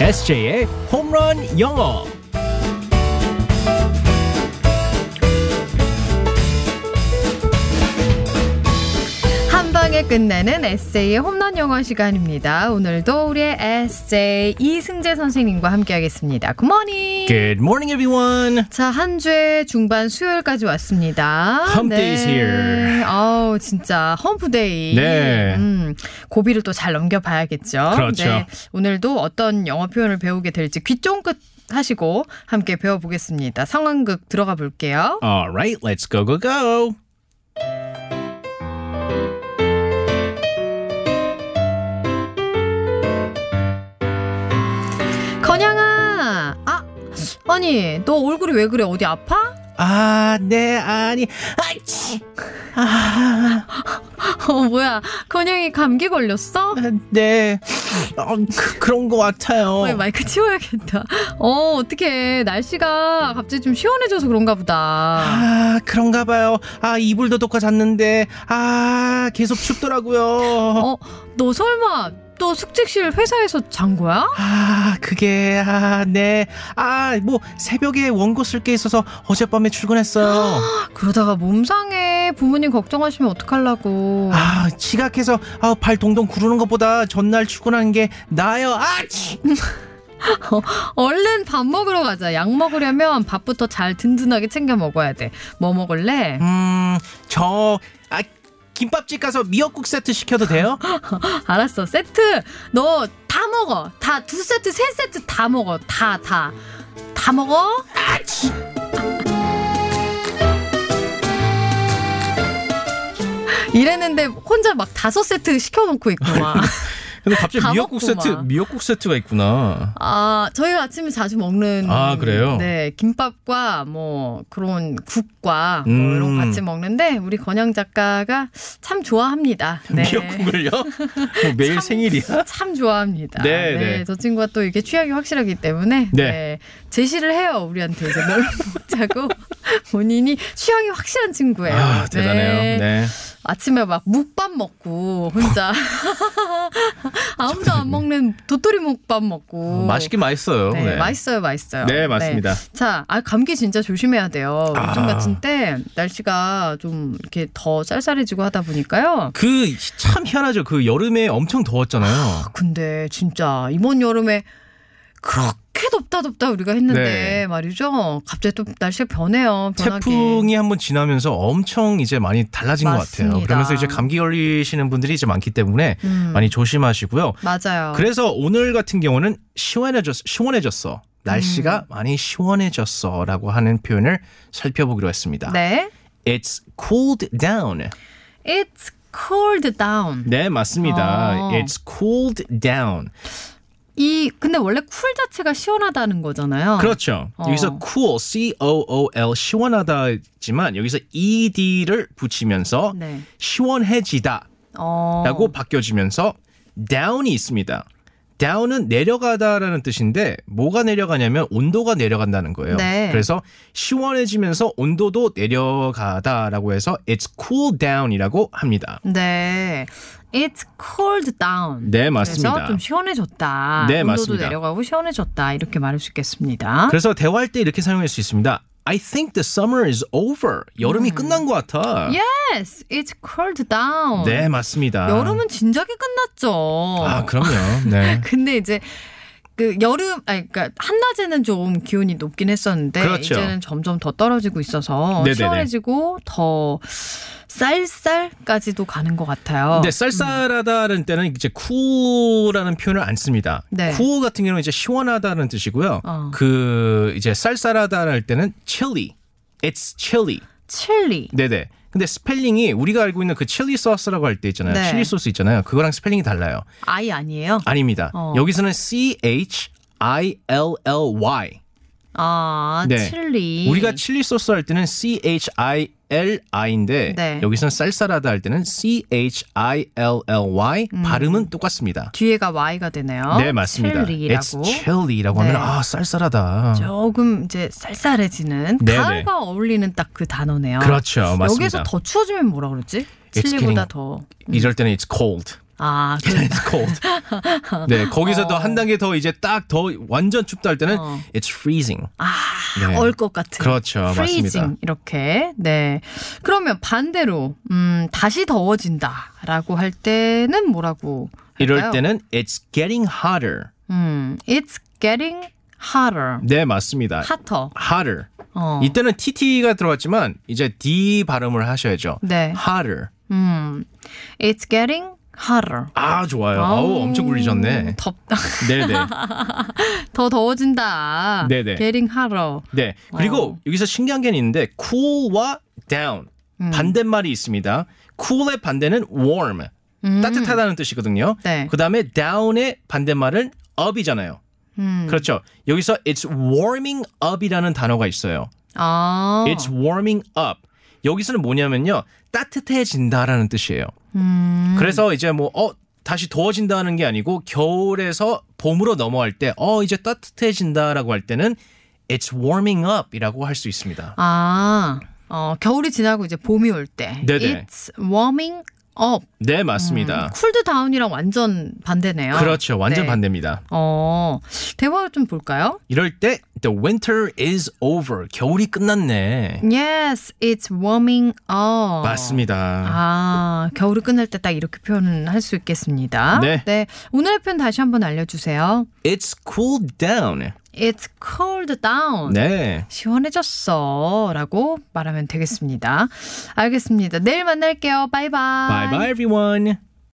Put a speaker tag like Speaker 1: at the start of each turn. Speaker 1: SJ의 홈런 영어.
Speaker 2: 한 방에 끝내는 에세이의 홈런 영어 시간입니다. 오늘도 우리의 에세이 이승재 선생님과 함께하겠습니다. 굿모닝.
Speaker 1: Good morning, everyone.
Speaker 2: 자, 한 주의 중반 수요일까지 왔습니다.
Speaker 1: Hump day is here.
Speaker 2: 아우, 진짜 험프데이.
Speaker 1: 네.
Speaker 2: 음, 고비를 또 잘 넘겨봐야겠죠. 네.
Speaker 1: 그렇죠.
Speaker 2: 오늘도 어떤 영어 표현을 배우게 될지 귀 쫑긋 하시고 함께 배워보겠습니다. 상황극 들어가 볼게요.
Speaker 1: All right, let's go, go, go.
Speaker 2: 건양아, 아, 아니, 너 얼굴이 왜 그래? 어디 아파?
Speaker 1: 아, 네, 아니. 아이치. 아,
Speaker 2: 어, 뭐야. 건양이 감기 걸렸어?
Speaker 1: 네. 어, 그, 그런 것 같아요.
Speaker 2: 어, 마이크 치워야겠다. 어, 어떡해. 날씨가 갑자기 좀 시원해져서 그런가 보다.
Speaker 1: 아, 그런가 봐요. 아, 이불 도독과 잤는데, 아, 계속 춥더라고요.
Speaker 2: 어, 너 설마 또 숙직실 회사에서 잔 거야?
Speaker 1: 아, 그게, 아, 네. 아, 뭐, 새벽에 원고 쓸 게 있어서 어젯밤에 출근했어요. 아,
Speaker 2: 그러다가 몸 상해. 부모님 걱정하시면 어떡하려고.
Speaker 1: 아, 지각해서 아, 발 동동 구르는 것보다 전날 출근하는 게 나아요. 아, 치!
Speaker 2: 얼른 밥 먹으러 가자. 약 먹으려면 밥부터 잘 든든하게 챙겨 먹어야 돼. 뭐 먹을래?
Speaker 1: 음, 저 아, 김밥집 가서 미역국 세트 시켜도 돼요?
Speaker 2: 알았어. 세트 너 다 먹어. 다 두 세트, 세 세트 다 먹어. 다 다. 다 먹어?
Speaker 1: 아, 치!
Speaker 2: 이랬는데 혼자 막 다섯 세트 시켜놓고 있고 막.
Speaker 1: 근데 갑자기
Speaker 2: 다
Speaker 1: 미역국
Speaker 2: 먹고
Speaker 1: 세트,
Speaker 2: 막.
Speaker 1: 미역국 세트가 있구나.
Speaker 2: 아, 저희가 아침에 자주 먹는
Speaker 1: 아, 그래요?
Speaker 2: 네, 김밥과 뭐 그런 국과
Speaker 1: 음.
Speaker 2: 뭐 이런 거 같이 먹는데 우리 건영 작가가 참 좋아합니다. 네.
Speaker 1: 미역국을요? 뭐 매일
Speaker 2: 참.
Speaker 1: 생일이야?
Speaker 2: 참 좋아합니다.
Speaker 1: 네, 네.
Speaker 2: 저 친구가 또 이게 취향이 확실하기 때문에
Speaker 1: 네.
Speaker 2: 네, 제시를 해요. 우리한테 이제 뭘 먹자고 본인이 취향이 확실한 친구예요.
Speaker 1: 아, 대단해요. 네.
Speaker 2: 아침에 막 묵밥 먹고 혼자 아, 아무도 안 먹는 도토리 묵밥 먹고
Speaker 1: 맛있긴 맛있어요.
Speaker 2: 네, 맛있어요, 맛있어요.
Speaker 1: 네, 맞습니다.
Speaker 2: 자, 아, 감기 진짜 조심해야 돼요.
Speaker 1: 아.
Speaker 2: 요즘 같은 때 날씨가 좀 이렇게 더 쌀쌀해지고 하다 보니까요.
Speaker 1: 그 참 희한하죠. 그 여름에 엄청 더웠잖아요.
Speaker 2: 아, 근데 진짜 이번 여름에 그렇게 덥다 덥다 우리가 했는데
Speaker 1: 네.
Speaker 2: 말이죠. 갑자기 또 날씨가 변해요. 변하게.
Speaker 1: 태풍이 한번 지나면서 엄청 이제 많이 달라진 것 같아요.
Speaker 2: 맞습니다.
Speaker 1: 그러면서 이제 감기 걸리시는 분들이 이제 많기 때문에
Speaker 2: 음.
Speaker 1: 많이 조심하시고요.
Speaker 2: 맞아요.
Speaker 1: 그래서 오늘 같은 경우는 시원해졌 시원해졌어. 날씨가
Speaker 2: 음.
Speaker 1: 많이 시원해졌어라고 하는 표현을 살펴보기로 했습니다.
Speaker 2: 네.
Speaker 1: It's cooled down.
Speaker 2: It's cold down.
Speaker 1: 네, 맞습니다.
Speaker 2: 어.
Speaker 1: It's cooled down.
Speaker 2: 이 근데 원래 쿨 자체가 시원하다는 거잖아요.
Speaker 1: 그렇죠.
Speaker 2: 어.
Speaker 1: 여기서 cool, c o o l 시원하다지만 여기서 ed를 붙이면서
Speaker 2: 네.
Speaker 1: 시원해지다.
Speaker 2: 어.
Speaker 1: 라고 바뀌어지면서 down이 있습니다. down은 내려가다라는 뜻인데 뭐가 내려가냐면 온도가 내려간다는 거예요.
Speaker 2: 네.
Speaker 1: 그래서 시원해지면서 온도도 내려가다라고 해서 it's cool down이라고 합니다.
Speaker 2: 네. It's cold down.
Speaker 1: 네, 맞습니다.
Speaker 2: 그래서 좀 시원해졌다.
Speaker 1: 네,
Speaker 2: 온도도
Speaker 1: 맞습니다. 그렇죠.
Speaker 2: 내려가고 시원해졌다. 이렇게 말할 수 있겠습니다.
Speaker 1: 그래서 대화할 때 이렇게 사용할 수 있습니다. I think the summer is over. 여름이
Speaker 2: 음.
Speaker 1: 끝난 것 같아.
Speaker 2: Yes, it's cold down.
Speaker 1: 네, 맞습니다.
Speaker 2: 예. 여름은 진작에 끝났죠.
Speaker 1: 아, 그럼요. 네.
Speaker 2: 근데 이제 그 여름 아니 그러니까 한낮에는 좀 기온이 높긴 했었는데
Speaker 1: 그렇죠.
Speaker 2: 이제는 점점 더 떨어지고 있어서
Speaker 1: 네네네.
Speaker 2: 시원해지고 더 쌀쌀까지도 가는 것 같아요.
Speaker 1: 근데 쌀쌀하다는 네, 때는 이제 cool라는 표현을 안 씁니다.
Speaker 2: 네.
Speaker 1: cool 같은 경우는 이제 시원하다는 뜻이고요.
Speaker 2: 어.
Speaker 1: 그 이제 쌀쌀하다 할 때는 chilly. It's chilly.
Speaker 2: 칠리.
Speaker 1: 네네. 근데 스펠링이 우리가 알고 있는 그 칠리 소스라고 할 때 있잖아요.
Speaker 2: 네.
Speaker 1: 칠리 소스 있잖아요. 그거랑 스펠링이 달라요.
Speaker 2: 아이 아니에요?
Speaker 1: 아닙니다.
Speaker 2: 어.
Speaker 1: 여기서는 C H I L L Y.
Speaker 2: 아,
Speaker 1: 네.
Speaker 2: 칠리.
Speaker 1: 우리가 칠리 소스 할 때는 C H I L I인데
Speaker 2: 네.
Speaker 1: 여기서는 쌀쌀하다 할 때는 C H I L L Y 발음은 똑같습니다.
Speaker 2: 뒤에가 Y가 되네요.
Speaker 1: 네 맞습니다.
Speaker 2: 칠리라고.
Speaker 1: It's chilly라고 하면
Speaker 2: 어? 네.
Speaker 1: 아 쌀쌀하다.
Speaker 2: 조금 이제 쌀쌀해지는
Speaker 1: 네네.
Speaker 2: 가을과 어울리는 딱 그 단어네요.
Speaker 1: 그렇죠 맞습니다.
Speaker 2: 여기서 더 추워지면 뭐라 그러지?
Speaker 1: It's
Speaker 2: 칠리보다
Speaker 1: getting-
Speaker 2: 더.
Speaker 1: 이럴 때는 it's cold.
Speaker 2: 아, 그,
Speaker 1: It's cold. 네, 거기서도
Speaker 2: 어.
Speaker 1: 한 단계 더 이제 딱 더 완전 춥다 할 때는
Speaker 2: 어.
Speaker 1: It's freezing.
Speaker 2: 아,
Speaker 1: 네.
Speaker 2: 얼 것 같은.
Speaker 1: 그렇죠,
Speaker 2: freezing,
Speaker 1: 맞습니다.
Speaker 2: 이렇게. 네. 그러면 반대로, 음, 다시 더워진다. 라고 할 때는 뭐라고?
Speaker 1: 이럴
Speaker 2: 할까요?
Speaker 1: 때는 It's getting hotter.
Speaker 2: 음, it's getting hotter.
Speaker 1: 네, 맞습니다.
Speaker 2: hotter.
Speaker 1: hotter.
Speaker 2: 어.
Speaker 1: 이때는 TT가 들어갔지만 이제 D 발음을 하셔야죠.
Speaker 2: 네.
Speaker 1: hotter.
Speaker 2: 음, it's getting hotter.
Speaker 1: 아,
Speaker 2: 어.
Speaker 1: 좋아요. 아우, 엄청 굴리셨네.
Speaker 2: 덥다.
Speaker 1: 네, 네.
Speaker 2: 더 더워진다.
Speaker 1: 네네.
Speaker 2: getting hotter.
Speaker 1: 네. 그리고
Speaker 2: 어.
Speaker 1: 여기서 신기한 게 있는데 cool와 down
Speaker 2: 음.
Speaker 1: 반대말이 있습니다. cool의 반대는 warm.
Speaker 2: 음.
Speaker 1: 따뜻하다는 뜻이거든요.
Speaker 2: 네.
Speaker 1: 그다음에 down의 반대말은 up이잖아요.
Speaker 2: 음.
Speaker 1: 그렇죠. 여기서 it's warming up이라는 단어가 있어요.
Speaker 2: 아.
Speaker 1: it's warming up. 여기서는 뭐냐면요. 따뜻해진다라는 뜻이에요.
Speaker 2: 음.
Speaker 1: 그래서 이제 뭐 어, 다시 더워진다는 게 아니고 겨울에서 봄으로 넘어갈 때 어, 이제 따뜻해진다라고 할 때는 it's warming up이라고 할 수 있습니다.
Speaker 2: 아. 어, 겨울이 지나고 이제 봄이 올 때.
Speaker 1: 네네.
Speaker 2: It's warming up.
Speaker 1: 네, 맞습니다.
Speaker 2: 음, 쿨드 다운이랑 완전 반대네요.
Speaker 1: 그렇죠. 완전
Speaker 2: 네.
Speaker 1: 반대입니다.
Speaker 2: 어. 대화를 좀 볼까요?
Speaker 1: 이럴 때 the winter is over. 겨울이 끝났네.
Speaker 2: 어. Yes, it's warming up.
Speaker 1: 맞습니다.
Speaker 2: 아, 겨울이 끝날 때 딱 이렇게 표현을 할 수 있겠습니다.
Speaker 1: 네.
Speaker 2: 오늘의 표현 다시 한번 알려주세요.
Speaker 1: It's cooled down.
Speaker 2: It's cold down.
Speaker 1: 네.
Speaker 2: 시원해졌어. 라고 말하면 되겠습니다. 알겠습니다. 내일 만날게요. 바이바이.
Speaker 1: Bye bye everyone.